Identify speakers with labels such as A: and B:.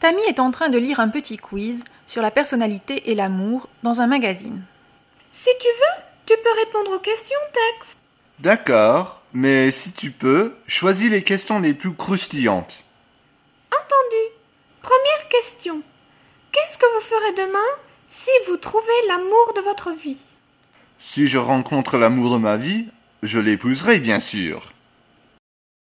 A: Tammy est en train de lire un petit quiz sur la personnalité et l'amour dans un magazine.
B: Si tu veux, tu peux répondre aux questions, Tex.
C: D'accord, mais si tu peux, choisis les questions les plus croustillantes.
B: Entendu. Première question. Qu'est-ce que vous ferez demain si vous trouvez l'amour de votre vie
C: Si je rencontre l'amour de ma vie, je l'épouserai bien sûr.